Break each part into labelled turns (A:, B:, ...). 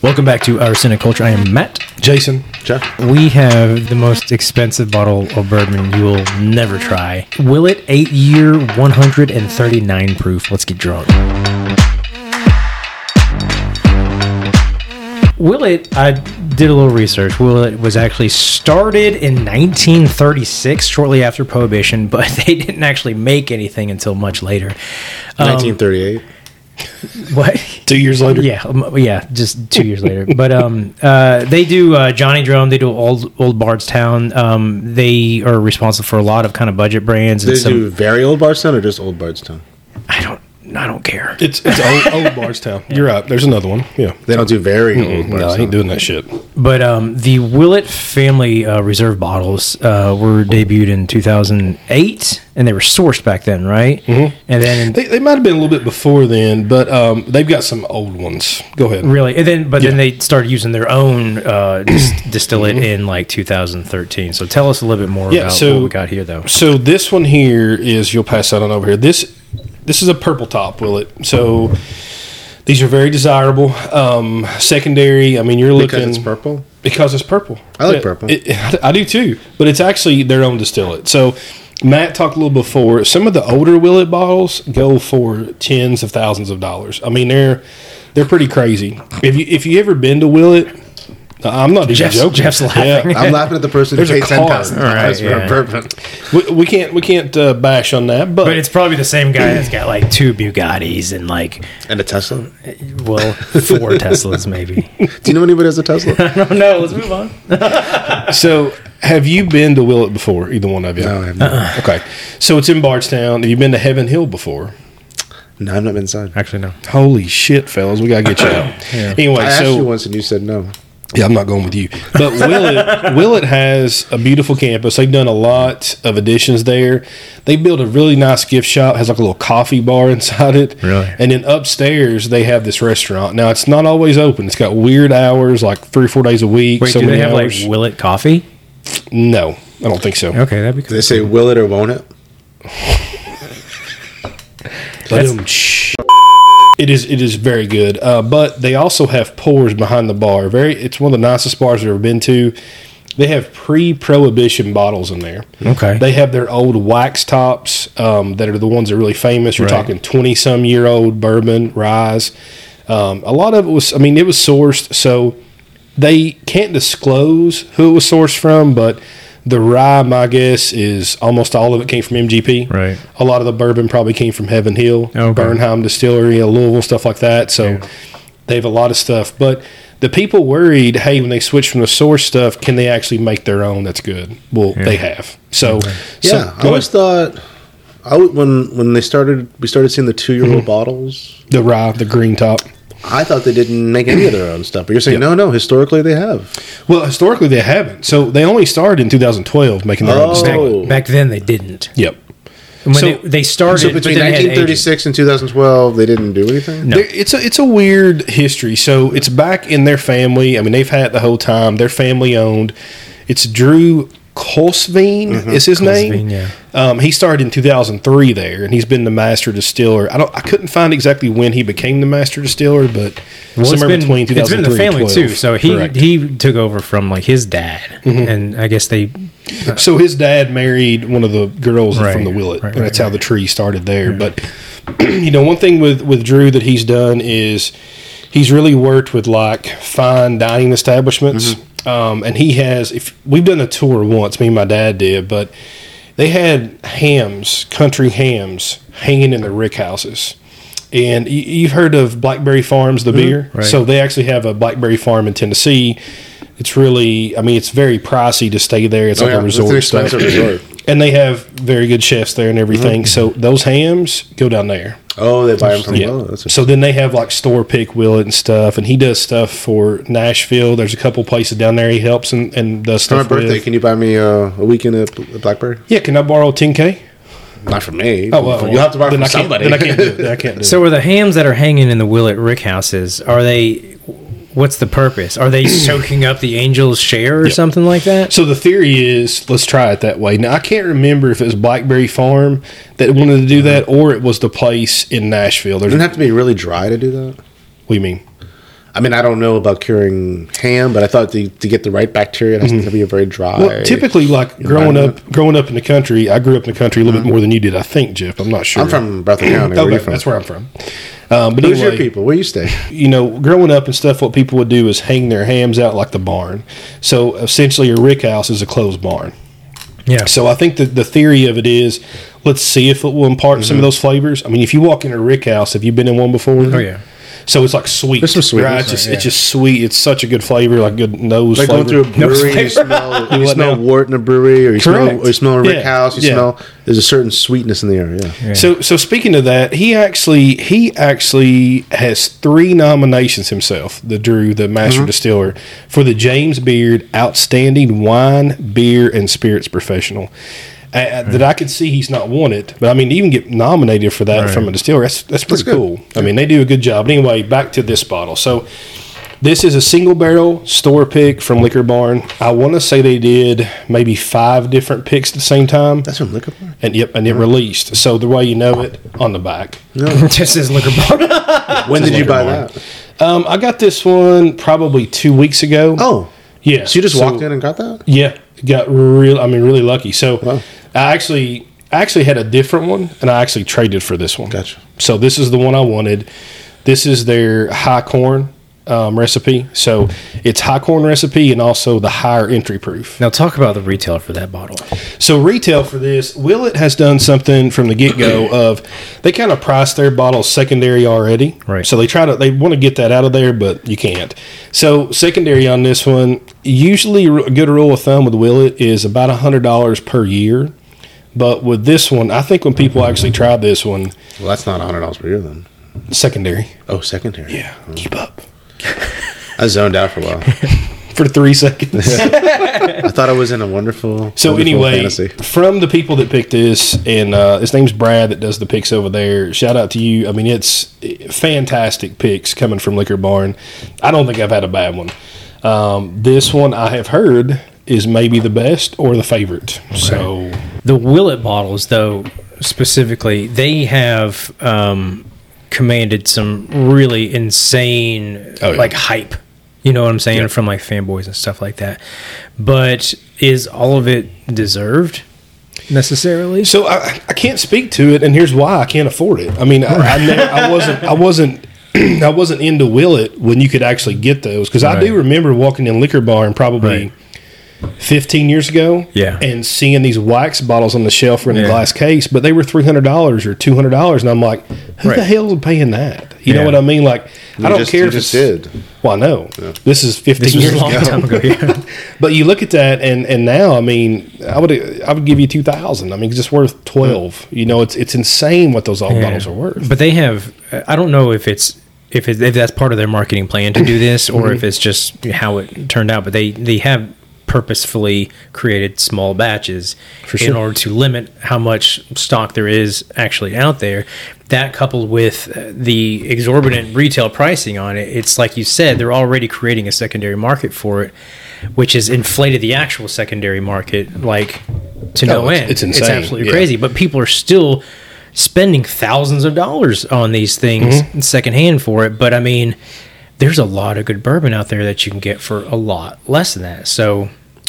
A: Welcome back to our Cineculture. I am Matt.
B: Jason, Jeff,
A: We have the most expensive bottle of bourbon you'll never try. Will it? Eight year, 139 proof. Let's get drunk. Will it? I did a little research. Will it was actually started in 1936, shortly after Prohibition, but they didn't actually make anything until much later. Um,
B: 1938.
A: what?
B: Two years later.
A: Yeah, um, yeah, just two years later. But um, uh, they do uh, Johnny Drum. They do old old Bardstown. Um, they are responsible for a lot of kind of budget brands and
B: They
A: some.
B: do very old Bardstown or just old Bardstown?
A: I don't, I don't care.
C: It's it's old, old Bardstown. You're up. There's another one. Yeah.
B: They don't do very old
C: No, I
B: Bardstown.
C: ain't doing that shit.
A: But um, the Willett Family uh, Reserve bottles uh, were debuted in 2008, and they were sourced back then, right? Mm-hmm. And then
C: They, they might have been a little bit before then, but um, they've got some old ones. Go ahead.
A: Really, and then but then they started using their own uh, dis- distillate in like 2013. So tell us a little bit more
C: Yeah,
A: about
C: so-
A: what we got here, though.
C: So this one here is you'll pass that on over here. This this is a purple top, will it? So these are very desirable. Um, secondary, I mean, you're looking
B: because it's purple.
C: because it's purple.
B: I like
C: Yeah,
B: purple.
C: it- I do too, but it's actually their own distillate. So Matt talked a little before. Some of the older Willet bottles go for tens of thousands of dollars. I mean, they're they're pretty crazy. If you if you ever been to Willet, I'm not even
A: Jeff's-
C: joking.
A: Jeff's laughing.
C: Yeah.
B: I'm laughing at the person who
C: There's a
B: paid ten
C: car.
B: thousand dollars for
A: yeah.
B: a bourbon.
C: we, we can't we can't uh, bash on that, but,
A: But it's probably the same guy that's got like two Bugattis and like,
B: and a Tesla.
A: well, four Teslas maybe.
B: Do you know anybody who has a Tesla?
A: Oh no, let's move on.
C: so. Have you been to Willet before? Either one of you?
B: no, I have not.
C: Okay, so it's in Bardstown. Have you been to Heaven Hill before?
B: No, I've not been inside.
A: Actually, no.
C: Holy shit, fellas, we gotta get you out. Anyway,
B: I asked
C: so
B: you once and you said no.
C: Yeah, I'm not going with you. But Willett, Willett has a beautiful campus. They've done a lot of additions there. They built a really nice gift shop. Has like a little coffee bar inside it.
A: Really?
C: And then upstairs they have this restaurant. Now it's not always open. It's got weird hours, like three or four days a week.
A: Wait, do they have
C: hours.
A: like Willet coffee?
C: No, I don't think so.
A: Okay, that'd be
B: Do
A: cool.
B: they say will it or won't it?
C: Boom. Shh. It is it is very good. Uh, but they also have pours behind the bar. Very it's one of the nicest bars I've ever been to. They have pre-prohibition bottles in there.
A: Okay.
C: They have their old wax tops um, that are the ones that are really famous. You're
A: Right.
C: talking twenty some year old bourbon rise. Um, a lot of it was I mean it was sourced so they can't disclose who it was sourced from, but the rye, my guess, is almost all of it came from MGP.
A: Right.
C: A lot of the bourbon probably came from Heaven Hill,
A: Okay.
C: Bernheim Distillery, uh, Louisville, stuff like that. So they have a lot of stuff. But the people worried, hey, when they switch from the source stuff, can they actually make their own that's good? Well, they have. So, so-
B: Yeah, I always thought. I w- when when they started, we started seeing the two year
C: Mm-hmm.
B: old bottles.
C: the rye, the green top.
B: I thought they didn't make any of their own stuff, but you're saying no, no. Historically, they have.
C: Well, historically, they haven't. So they only started in 2012 making their own
B: Oh.
C: distillery.
B: Cool.
A: Back then they didn't.
C: Yep.
A: And When
C: So-
A: they, they started
B: So
A: but
B: between
A: then they had agents.
B: 1936 and 2012, they didn't do anything.
A: No.
C: There- It's a it's a weird history. So it's back in their family. I mean, they've had it the whole time. They're family owned. It's Drew Colsveen is his
A: Colsveen,
C: name.
A: Mm-hmm. yeah.
C: Um, he started in 2003 there, and he's been the master distiller. I don't. I couldn't find exactly when he became the master distiller, but
A: Well, it's
C: somewhere
A: been,
C: between 2003
A: it's been in the family
C: and 12.
A: too. So he
C: Correct.
A: he took over from like his dad, and I guess they
C: So his dad married one of the girls
A: Right,
C: from the Willet.
A: right,
C: and that's how the tree started there. But you know, one thing with with Drew that he's done is he's really worked with like fine dining establishments.
A: Mm-hmm.
C: Um, and he has if we've done a tour once, me and my dad did, but they had hams, country hams, hanging in the rick houses. And you, you've heard of Blackberry Farms, the beer.
A: right.
C: So they actually have a Blackberry Farm in Tennessee. It's really, I mean, it's very pricey to stay there. It's
B: Oh,
C: like
B: yeah,
C: a
B: it's
C: resort
B: an
C: stuff.
B: expensive resort.
C: And they have very good chefs there and everything. So those hams go down there.
B: Oh, they buy them from
C: Yeah.
B: Willow. That's
C: so then they have like store pick Willet and stuff, and he does stuff for Nashville. There's a couple places down there he helps and, and does
B: for my
C: stuff.
B: birthday.
C: with.
B: Can you buy me uh, a weekend at Bl- Blackberry?
C: yeah, can I borrow 10K?
B: Not for me.
C: Oh, well,
B: you have to buy
C: then
B: from
C: I can't-
B: somebody.
C: Then I can't do it. Then I can't do
A: So are the hams that are hanging in the Willet Rick houses? Are they? What's the purpose? Are they soaking up the angel's share or something like that?
C: So the theory is, let's try it that way. Now I can't remember if it was Blackberry Farm that wanted to do that, or it was the place in Nashville. There's,
B: Doesn't it have to be really dry to do that.
C: what do you mean?
B: I mean, I don't know about curing ham, but I thought to, to get the right bacteria, it has to be a very dry.
C: Well, typically, like growing up, growing up in the country, I grew up in the country a little bit more than you did, I think, Jeff. I'm not sure.
B: I'm from Breathitt County.
C: Okay,
B: where are you from?
C: that's where I'm from. Um, but
B: Who's your
C: anyway,
B: people? Where you stay?
C: you know, growing up and stuff, what people would do is hang their hams out like the barn. So essentially, a rick house is a closed barn.
A: Yeah.
C: So I think that the theory of it is, let's see if it will impart some
B: Mm-hmm.
C: of those flavors. I mean, if you walk in a rick house, have you been in one before?
A: Oh, yeah.
C: So it's like sweet.
B: There's some sweetness,
C: Right? It's, just,
A: right,
C: it's just sweet. It's such a good flavor, like good nose
B: Like
C: flavor.
B: going through a brewery, and
A: flavor.
B: you smell, you
C: what
B: smell
C: now?
B: wort in a brewery, or you smell,
C: Correct.
B: or you smell a rick
C: Yeah.
B: house. You
C: Yeah.
B: smell there's a certain sweetness in the air. Yeah.
C: So so speaking of that, he actually he actually has three nominations himself, the Drew, the master
B: Mm-hmm.
C: distiller, for the James Beard Outstanding Wine, Beer, and Spirits Professional. Uh, uh,
B: Mm-hmm.
C: That I can see, he's not won it, but I mean, to even get nominated for that from a distiller, that's that's pretty
B: good.
C: cool. I mean, they do a good job. But anyway, back to this bottle. So, this is a single barrel store pick from Liquor Barn. I want to say they did maybe five different picks at the same time
B: That's from liquor barn.
C: and yep, and it released. So the way you know it on the back.
A: Just his liquor bar.
B: When did you
C: Liquor
B: buy
C: Barn.
B: that?
C: Um, I got this one probably two weeks ago.
B: Oh,
C: yeah.
B: so you just walked in and got that?
C: Yeah, got real. I mean, really lucky. So
B: Wow.
C: I actually, I actually had a different one, and I actually traded for this one.
B: Gotcha.
C: So this is the one I wanted. This is their high corn um, recipe. So it's high corn recipe, and also the higher entry proof.
A: Now talk about the retail for that bottle.
C: So retail for this, Willett has done something from the get go of they kind of price their bottles secondary already.
A: Right.
C: So they try to they want to get that out of there, but you can't. So secondary on this one, usually a good rule of thumb with Willett is about hundred dollars per year. But with this one, I think when people actually try this one,
B: Well, that's not hundred dollars per year then.
C: secondary.
B: Oh, secondary.
C: Yeah. Keep up.
B: I zoned out for a while.
C: For three seconds.
B: I thought I was in a wonderful.
C: So
B: wonderful
C: anyway,
B: fantasy.
C: from the people that picked this, and uh, his name's Brad that does the picks over there. Shout out to you. I mean, it's eh, fantastic picks coming from Liquor Barn. I don't think I've had a bad one. Um, this one I have heard is maybe the best or the favorite. So
A: The Willet bottles, though, specifically, they have um, commanded some really insane
C: Oh, yeah.
A: like hype. You know what I'm saying from like fanboys and stuff like that. But is all of it deserved necessarily?
C: So I, I can't speak to it, and here's why I can't afford it. I mean, I, I, never, I wasn't, I wasn't, I wasn't into Willet when you could actually get those because I do
A: Right.
C: remember walking in liquor barn probably. 15 years ago
A: Yeah.
C: and seeing these wax bottles on the shelf or in a
A: Yeah.
C: glass case but they were $300 or $200 and i'm like who
A: Right.
C: the hell's paying that you know
A: Yeah.
C: what i mean like i don't
B: just-
C: care
B: you
C: if
B: just
C: it's-
B: did.
C: well no this is 15
A: This was
C: years
A: a long
C: ago
A: time ago. Yeah.
C: but you look at that, and and now, I mean, I would I would give you two thousand. I mean, it's just worth twelve. You know, it's it's insane what those all
A: Yeah.
C: bottles are worth.
A: But they have. I don't know if it's if it, if that's part of their marketing plan to do this, or if it's just how it turned out. But they they have purposefully created small batches in
C: sure.
A: order to limit how much stock there is actually out there. That coupled with uh, the exorbitant retail pricing on it, it's like you said, they're already creating a secondary market for it, which has inflated the actual secondary market like to no
C: it's-
A: end.
C: it's insane.
A: absolutely
C: Yeah.
A: crazy crazy, but people are still spending thousands of dollars on these things
C: Mm-hmm.
A: secondhand for it. But I mean, there's a lot of good bourbon out there that you can get for a lot less than that. So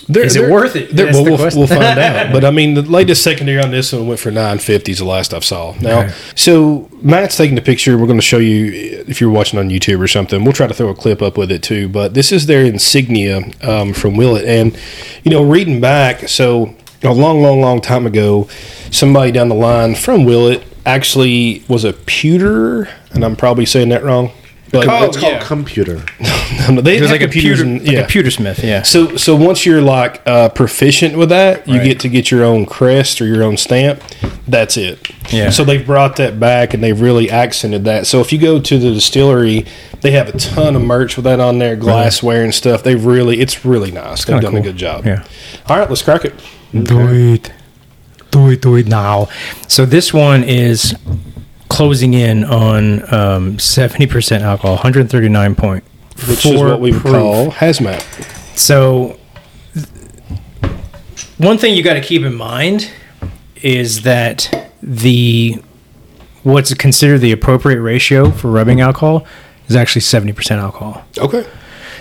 C: They're-
A: is it
C: they're-
A: worth it?
C: they're-
A: That's
C: Well,
A: the
C: we'll,
A: question.
C: we'll find out. But I mean, the latest secondary on this one went for nine fifties. The last I saw. Now,
A: Okay.
C: so Matt's taking the picture. We're going to show you if you're watching on YouTube or something. We'll try to throw a clip up with it too. But this is their insignia um, from Willett, and you know, reading back, so a long, long, long time ago, somebody down the line from Willett actually was a pewterer, and I'm probably saying that wrong. But
B: Com- it's called
A: yeah.
B: computer.
C: they
A: It was
C: have
A: like a
C: computers
A: pewter,
C: and-
A: like a pewter smith. Yeah.
C: so, so once you're like uh, proficient with that, you
A: Right.
C: get to get your own crest or your own stamp. That's it.
A: Yeah.
C: So they've brought that back and they've really accented that. So if you go to the distillery, they have a ton of merch with that on there, glassware and stuff. They've really, it's really nice. they've
A: kinda
C: done a
A: cool.
C: good job.
A: Yeah.
C: All right, let's crack it.
A: Do it. Do it, do it now. So this one is closing in on um, 70% alcohol, 139.4.
C: Which is what we would call hazmat.
A: So, th- one thing you got to keep in mind is that the what's considered the appropriate ratio for rubbing alcohol is actually 70% alcohol.
C: Okay.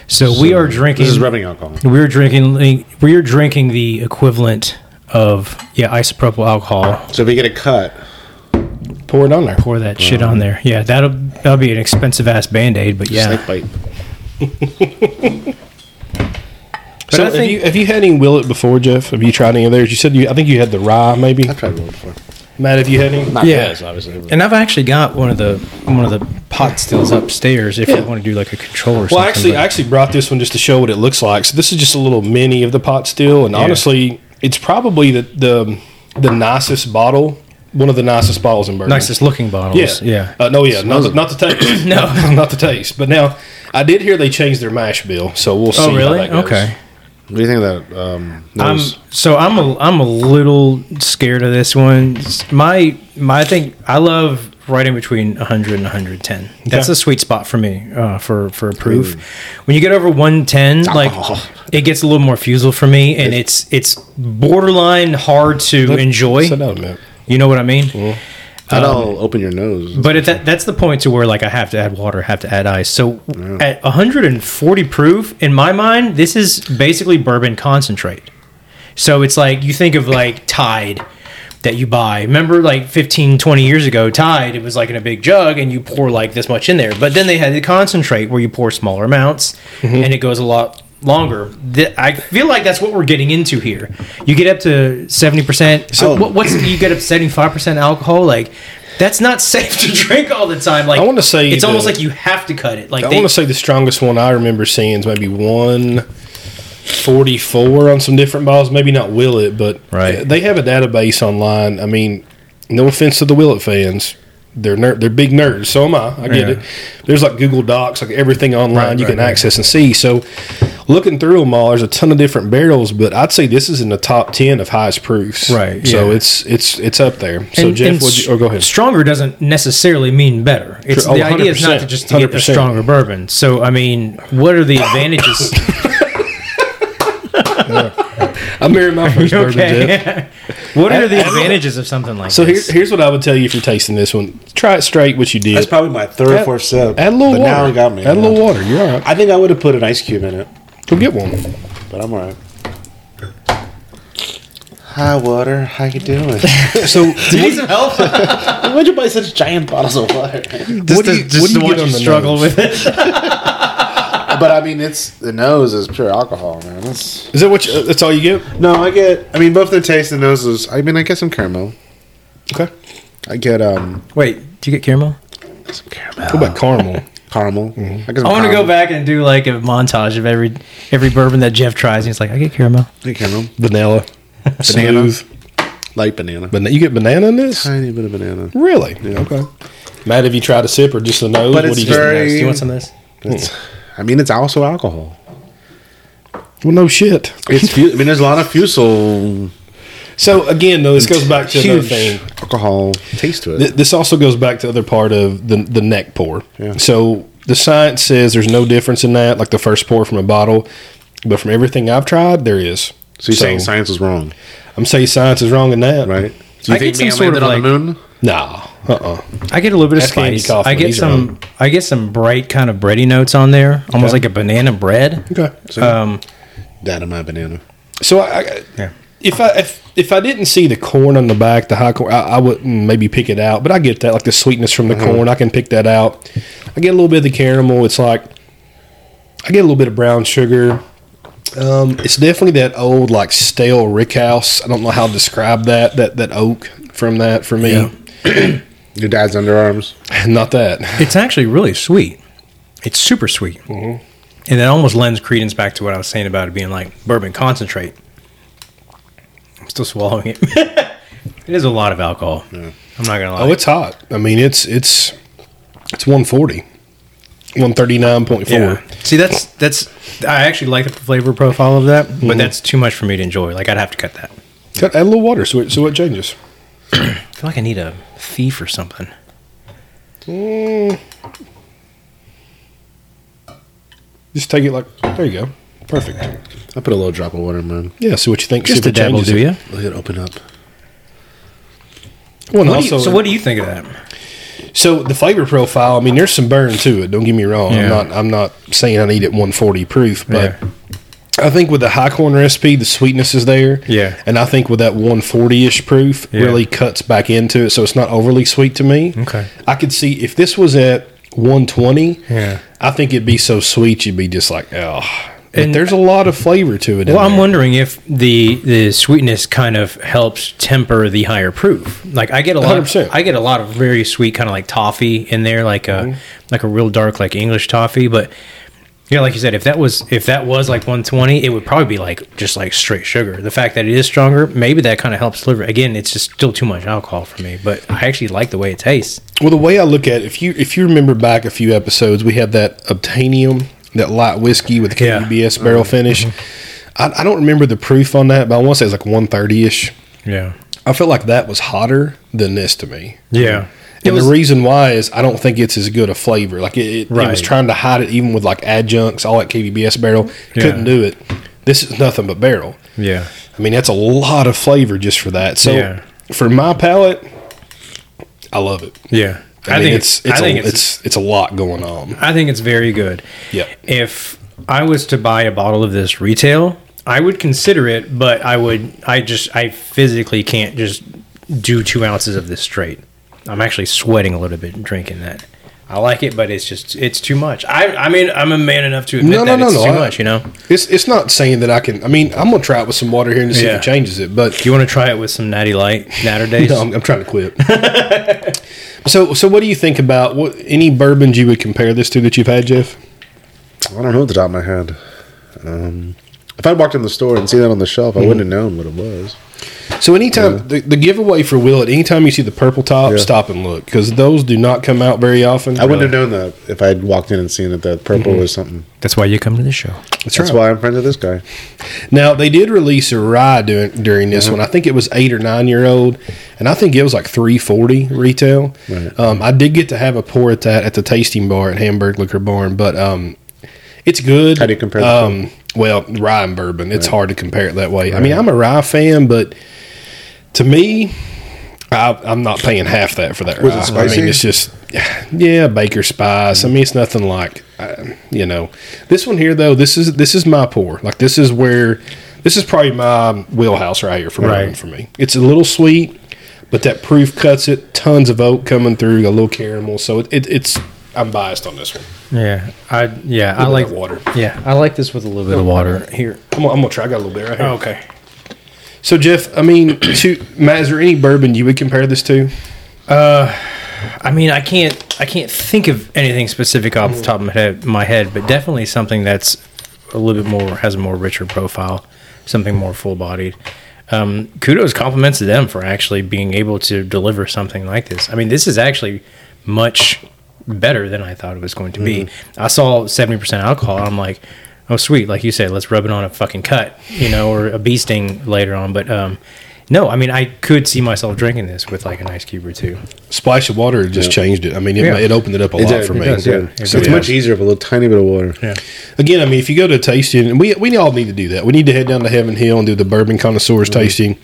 A: So, we are drinking.
B: This is rubbing alcohol.
A: We're drinking. We're drinking the equivalent of yeah isopropyl alcohol.
B: So if you get a cut,
C: Pour it on there.
A: Pour that shit on there. Yeah, that'll that'll be an expensive ass band aid, but yeah.
B: snake bite.
A: But
C: so
A: I
C: have
A: think-
C: you have you had any Willet before, Jeff? Have you tried any of theirs? You said you, I think you had the rye, maybe.
B: I've tried one before.
C: Matt, have you had any?
B: Not
A: Yeah.
B: yeah. obviously. but-
A: and I've actually got one of the one of the pot stills upstairs if you want to do like a control or something.
C: Well, actually,
A: but-
C: I actually brought this one just to show what it looks like. So this is just a little mini of the pot still, and honestly, it's probably the the, the nicest bottle, one of the nicest bottles in bourbon.
A: nicest looking bottles. Yeah.
C: Uh, no, yeah, not the, not the taste. no, not the taste. But now, I did hear they changed their mash bill, so we'll see. how that goes.
A: Oh, Okay.
B: What do you think of that? Um,
A: I'm
B: nose?
A: so I'm a I'm a little scared of this one. S- My my I think I love right in between 100 and 110. That's
C: Okay.
A: a sweet spot for me uh, for for proof. When you get over 110,
C: Ah.
A: like it gets a little more fusel for me, and it's it's borderline hard to enjoy.
C: Sit down, Matt.
A: You know what I mean? Um,
C: um,
B: That'll open your nose.
A: But at that, that's the point to where like I have to add water, have to add ice. So at 140 proof, in my mind, this is basically bourbon concentrate. So it's like you think of like Tide that you buy. Remember like 15, 20 years ago, Tide, it was like in a big jug and you pour like this much in there. But then they had the concentrate where you pour smaller amounts
C: Mm-hmm.
A: and it goes a lot longer. Th- I feel like that's what we're getting into here. You get up to 70%. So
B: Oh.
A: what, what's you get up to 75% alcohol like that's not safe to drink all the time. Like
C: I wanna say
A: it's
C: the-
A: almost like you have to cut it. Like
C: I
A: they-
C: want to say the strongest one I remember seeing is maybe one forty-four on some different bottles. Maybe not Willet, but
A: Right.
C: they have a database online. I mean, no offense to the Willet fans. They're ner- they're big nerds, so am I. I get
A: Yeah.
C: it. There's like Google Docs, like everything online
A: Right,
C: you
A: right,
C: can
A: right.
C: access and see. So, looking through them all, there's a ton of different barrels, but I'd say this is in the top ten of highest proofs.
A: Right,
C: So
A: yeah.
C: it's it's it's up there. So
A: and-
C: Jeff,
A: and
C: would you, or go ahead.
A: Stronger doesn't necessarily mean better. It's
C: Sure. Oh,
A: the idea is not to
C: 100%,
A: just to get a
C: 100%.
A: stronger bourbon. So I mean, what are the advantages?
C: I'm marrying my first bourbon, Jeff.
A: okay. what are the advantages of something like
C: So here,
A: this?
C: here's what I would tell you if you're tasting this one. Try it straight, which you did.
B: That's probably my third or
C: Add-
B: fourth sip.
C: Add a little
B: but
C: water.
B: Now it got me.
C: Add a
B: yeah.
C: little water. You're all right.
B: I think I would have put an ice cube in it,
C: Go get one.
B: but I'm all right. Hi, water. How you doing?
C: So
A: Do you need some help?
B: Why'd you buy such giant bottles of water?
A: just
C: do
A: to,
C: you- what
A: just
C: do
A: to
C: you
A: watch
C: get
A: you
C: on the
A: struggle
C: nose?
A: with it.
B: but I mean, it's the nose is pure alcohol, man. That's
C: is that what? You, that's all you get?
B: no, I get. I mean, both the taste and noses. I mean, I get some caramel.
C: Okay.
B: I get um
A: Wait, do you get caramel?
B: some caramel.
C: What about caramel?
B: caramel? I,
A: I want to go back and do like a montage of every every bourbon that Jeff tries, and he's like, "I get caramel."
B: Hey, caramel.
C: Vanilla.
B: Banana.
C: Smooth.
B: Light banana.
C: Bana- you get banana in this?
B: Tiny bit of banana.
C: Really?
B: Yeah. Okay.
C: Matt, have you tried a sip or just the nose?
B: But
C: do
B: it's
C: you
B: very-
A: Do you want some of this?
B: It's, I mean, it's also alcohol.
C: Well, no shit.
B: It's. Fu- I mean, there's a lot of fusel.
C: So again, though, this goes back to another thing.
B: alcohol taste to it.
C: Th- this also goes back to the other part of the the neck pour.
B: Yeah.
C: So the science says there's no difference in that, like the first pour from a bottle, but from everything I've tried, there is.
B: so you're saying science was wrong,
C: I'm saying science is wrong in that.
B: right? So you
A: I get
B: think
A: some
B: man
A: sort
B: landed
A: of
B: on the moon?
C: Nah. Uh. uh
A: I get a little bit of
C: That's Andy
A: spice.
C: Kaufman.
A: I get
C: He's
A: some.
C: wrong.
A: I get some bright kind of bready notes on there, almost
C: Okay.
A: like a banana bread.
C: Okay.
B: So,
A: Um,
B: that and my banana.
C: So I, I
A: Yeah.
C: if I if, if I didn't see the corn on the back, the high corn, I, I wouldn't maybe pick it out. But I get that, like the sweetness from the
A: Mm-hmm.
C: corn, I can pick that out. I get a little bit of the caramel. It's like I get a little bit of brown sugar. Um, it's definitely that old like stale rickhouse. I don't know how to describe that that that oak from that for me.
A: Yeah.
B: Your dad's underarms.
C: Not that.
A: it's actually really sweet. It's super sweet,
C: Mm-hmm.
A: and that almost lends credence back to what I was saying about it being like bourbon concentrate. I'm still swallowing it. it is a lot of alcohol. I'm not gonna lie.
C: Oh, it's hot. I mean, it's it's it's one forty. 139.4.
A: See, that's that's. I actually like the flavor profile of that,
C: Mm-hmm.
A: but that's too much for me to enjoy. Like I'd have to cut that.
C: Got- Add a little water so it, so it changes.
A: I feel like I need a thief or something.
C: Just take it like there you go. Perfect.
B: I put a little drop of water in mine.
C: Yeah, see what you think. see
A: Just
C: if
A: a
C: it
A: dabble,
C: changes
A: do
C: it.
A: you?
B: Let it open up.
C: Well, and
A: What do you-
C: also,
A: so, what do you think of that?
C: So the flavor profile, I mean, there's some burn to it. Don't get me wrong.
A: Yeah.
C: I'm not I'm not saying I need it 140 proof, but
A: Yeah.
C: I think with the high corn recipe, the sweetness is there.
A: Yeah.
C: and I think with that 140 ish proof,
A: Yeah.
C: really cuts back into it, so it's not overly sweet to me.
A: Okay.
C: I could see if this was at 120.
A: Yeah.
C: I think it'd be so sweet you'd be just like, oh. But
A: And-
C: there's a lot of flavor to it. in
A: Well, I'm
C: there.
A: wondering if the the sweetness kind of helps temper the higher proof. Like I get a lot,
C: 100%.
A: I get a lot of very sweet kind of like toffee in there, like a
C: Mm-hmm.
A: like a real dark like English toffee. But yeah, like you said, if that was if that was like 120, it would probably be like just like straight sugar. The fact that it is stronger, maybe that kind of helps deliver. Again, it's just still too much alcohol for me, but I actually like the way it tastes.
C: Well, the way I look at it, if you if you remember back a few episodes, we had that Obtainium, that light whiskey with the
A: Yeah. Mm-hmm.
C: KBS barrel finish. I, I don't remember the proof on that, but I want to say it's like one thirty ish.
A: Yeah,
C: I felt like that was hotter than this to me.
A: yeah. It
C: And
A: was
C: the reason why is I don't think it's as good a flavor. Like it, it, it
A: Right.
C: was trying to hide it, even with like adjuncts, all that KBS barrel couldn't
A: Yeah.
C: do it. This is nothing but barrel.
A: yeah,
C: I mean, that's a lot of flavor just for that. So
A: Yeah.
C: for my palate, I love it.
A: yeah.
C: I, mean, it's it's,
A: I think
C: a, it's it's a lot going on.
A: I think it's very good.
C: Yeah.
A: If I was to buy a bottle of this retail, I would consider it, but I would I just I physically can't just do two ounces of this straight. I'm actually sweating a little bit drinking that. I like it, but it's just it's too much. I I mean I'm a man enough to admit
C: No,
A: that
C: no, no,
A: it's
C: no,
A: too
C: I-
A: much. You know,
C: It's it's not saying that I can. I mean, I'm gonna try it with some water here and see
A: Yeah.
C: if it changes it. But
A: you want to try it with some Natty Light Natter Days?
C: no, I'm, I'm trying to quit. so so what do you think about what any bourbons you would compare this to that you've had, Jeff?
B: I don't know at the top of my head. Um, if I walked in the store and seen that on the shelf, I wouldn't have known what it was.
C: So anytime the, the giveaway for Willet, anytime you see the purple top,
B: Yeah.
C: stop and look because those do not come out very often.
B: I wouldn't have known that if I had walked in and seen that that purple was something.
A: That's why you come to the show.
C: That's,
B: That's
C: right.
B: why I'm friends with this guy.
C: Now they did release a rye during, during this
B: Uh-huh.
C: one. I think it was eight or nine year old, and I think it was like three forty retail.
B: Right.
C: Um, I did get to have a pour at that at the tasting bar at Hamburg Liquor Barn, but um, it's good.
B: How do you compare the
C: Um, well, rye and bourbon. It's hard to compare it that way. I mean, I'm a rye fan, but to me. I, I'm not paying half that for that.
B: Was it
C: rye. I
B: spicy?
C: mean, it's just yeah, baker spice. I mean, it's nothing like uh, you know this one here though. This is this is my pour. Like this is where this is probably my wheelhouse right here for
A: Right.
C: bourbon for me. It's a little sweet, but that proof cuts it. Tons of oak coming through, a little caramel. So it, it, it's I'm biased on this one.
A: Yeah, I yeah I
C: With
A: like
C: that water.
A: Yeah, I like this with a little bit of water here. Oh,
C: I'm, gonna- I'm gonna try. I got a little bit right here.
A: Okay.
C: So Jeff, I mean, to, Matt, is there any bourbon you would compare this to?
A: I mean, I can't I can't think of anything specific off the top of my head, my head, but definitely something that's a little bit more has a more richer profile, something more full bodied. Um, kudos compliments to them for actually being able to deliver something like this. I mean, this is actually much better than I thought it was going to be. I saw seventy percent alcohol. I'm like, oh sweet, like you said, let's rub it on a fucking cut, you know, or a bee sting later on. But um, no, I mean, I could see myself drinking this with like an ice cube or two.
C: Splash of water just changed it. I mean, it,
A: Yeah.
C: it opened it up a lot for me.
A: does, yeah. It
B: So it's
A: does.
B: much easier with a little tiny bit of water.
A: Yeah.
C: Again, I mean, if you go to a tasting, and we we all need to do that. We need to head down to Heaven Hill and do the bourbon connoisseurs
A: Mm-hmm.
C: tasting.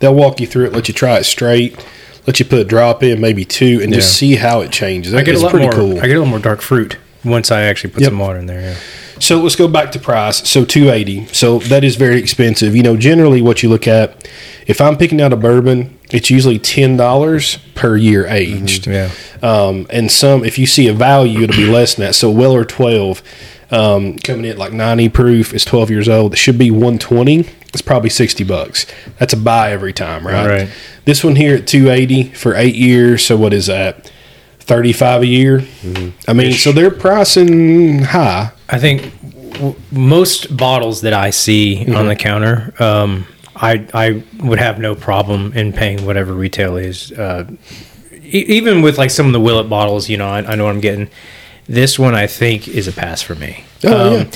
C: They'll walk you through it, let you try it straight, let you put a drop in, maybe two, and just see how it changes.
A: I get
C: it's
A: a lot
C: pretty
A: more.
C: cool.
A: I get a little more dark fruit once I actually put
C: Yep.
A: some water in there. Yeah.
C: So let's go back to price. So two eighty. So that is very expensive. You know, generally what you look at, if I'm picking out a bourbon, it's usually ten dollars per year aged.
A: Mm-hmm. yeah.
C: Um, and some, if you see a value, it'll be less than that. So Weller twelve, um, coming in at like ninety proof, is twelve years old. It should be one twenty. It's probably sixty bucks. That's a buy every time, right?
A: Right.
C: This one here at two eighty for eight years. So what is that? Thirty five a year.
A: Mm-hmm.
C: I mean, so they're pricing high.
A: I think w- most bottles that I see
C: Mm-hmm.
A: on the counter, um, I I would have no problem in paying whatever retail is. Uh, e- even with like some of the Willet bottles, you know, I, I know what I'm getting. This one I think is a pass for me.
C: Oh,
A: um,
C: yeah.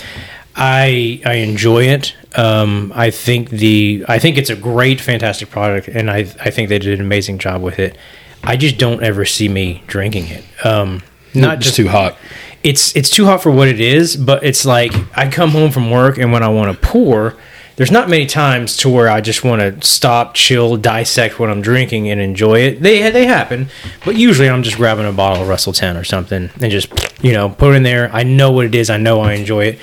A: I I enjoy it. Um, I think the I think it's a great, fantastic product, and I I think they did an amazing job with it. I just don't ever see me drinking it. Um, not just
C: Just too hot.
A: it's it's too hot for what it is, but it's like I come home from work and when I want to pour, there's not many times to where I just want to stop, chill, dissect what I'm drinking and enjoy it. They they happen, but usually I'm just grabbing a bottle of Russell 10 or something and just you know put it in there. I know what it is. I know I enjoy it.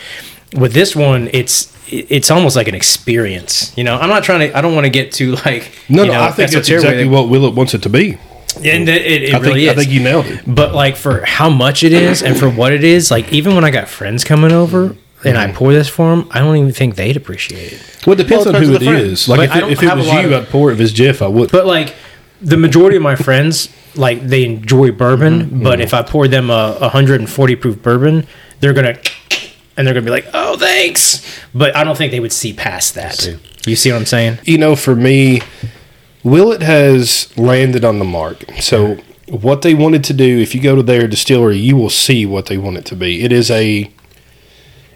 A: With this one, it's it's almost like an experience. You know, I'm not trying to. I don't want to get too like
C: No,
A: you
C: no,
A: know,
C: I think that's
A: esoteric with
C: exactly
A: it.
C: what Willet wants it to be.
A: And it, it, it
C: I
A: really
C: think
A: is.
C: I think you nailed it.
A: But like for how much it is and for what it is, like even when I got friends coming over and I pour this for them, I don't even think they'd appreciate it.
C: Well, it depends
B: Well, it
C: on who
B: depends on
C: it
B: the
C: is.
A: friend.
C: Like
A: But I
C: if,
A: don't
C: it, if it
A: have a
C: was
A: lot
C: you,
A: of-
C: I'd pour it. If it's Jeff, I would.
A: But like the majority of my friends, like they enjoy bourbon, but if I pour them a 140 proof bourbon, they're gonna and they're gonna be like, "Oh, thanks," but I don't think they would see past that. You see what I'm saying?
C: you know, for me, Willet has landed on the mark. So what they wanted to do, if you go to their distillery, you will see what they want it to be. It is a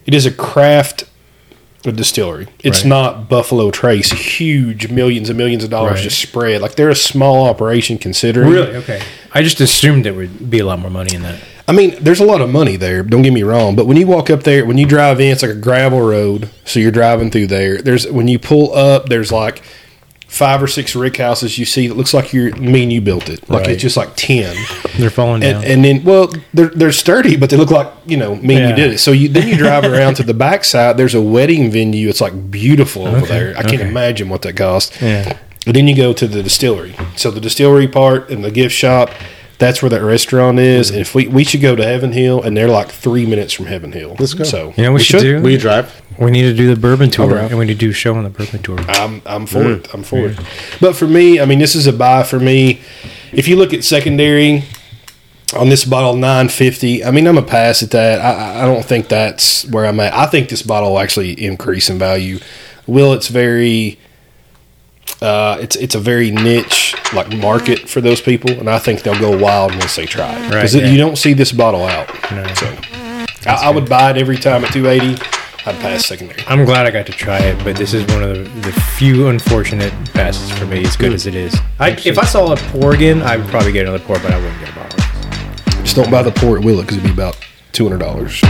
C: it is a craft distillery. It's
A: Right.
C: not Buffalo Trace, huge millions and millions of dollars
A: Right.
C: just spread. Like they're a small operation considering.
A: Okay. I just assumed there would be a lot more money in that.
C: I mean, there's a lot of money there. Don't get me wrong, but when you walk up there, when you drive in, it's like a gravel road. So you're driving through there. There's when you pull up, there's like five or six rick houses you see. It looks like you're me and you built it. Like
A: Right.
C: it's just like ten,
A: They're falling down.
C: and, and then well, they're they're sturdy, but they look like you know me and
A: Yeah.
C: you did it. So you then you drive around to the backside. There's a wedding venue. It's like beautiful over there. I can't
A: okay.
C: imagine what that cost.
A: yeah.
C: And then you go to the distillery. So the distillery part and the gift shop, that's where that restaurant is.
A: Mm-hmm.
C: And if we, we should go to Heaven Hill, and they're like three minutes from Heaven Hill.
B: Let's go.
C: So
A: You know what we should do?
B: Will you drive?
A: We need to do the bourbon tour,
C: right.
A: and we need to do a show on the bourbon tour.
C: I'm I'm for it.
A: Mm.
C: I'm for it. But for me, I mean, this is a buy for me. If you look at secondary on this bottle, nine fifty. I mean, I'm a pass at that. I, I- I don't think that's where I'm at. I think this bottle will actually increase in value. Will it's very. Uh, it's it's a very niche like market for those people, and I think they'll go wild once they try it because
A: Right, yeah.
C: you don't see this bottle out. So I, I would buy it every time at two eighty. I'd pass secondary.
A: I'm glad I got to try it, but this is one of the, the few unfortunate passes for me, as good as it is. I, if I saw a pour again, I would probably get another pour, but I wouldn't get a bottle.
C: Just don't buy the port Willet because it'd be about two hundred dollars.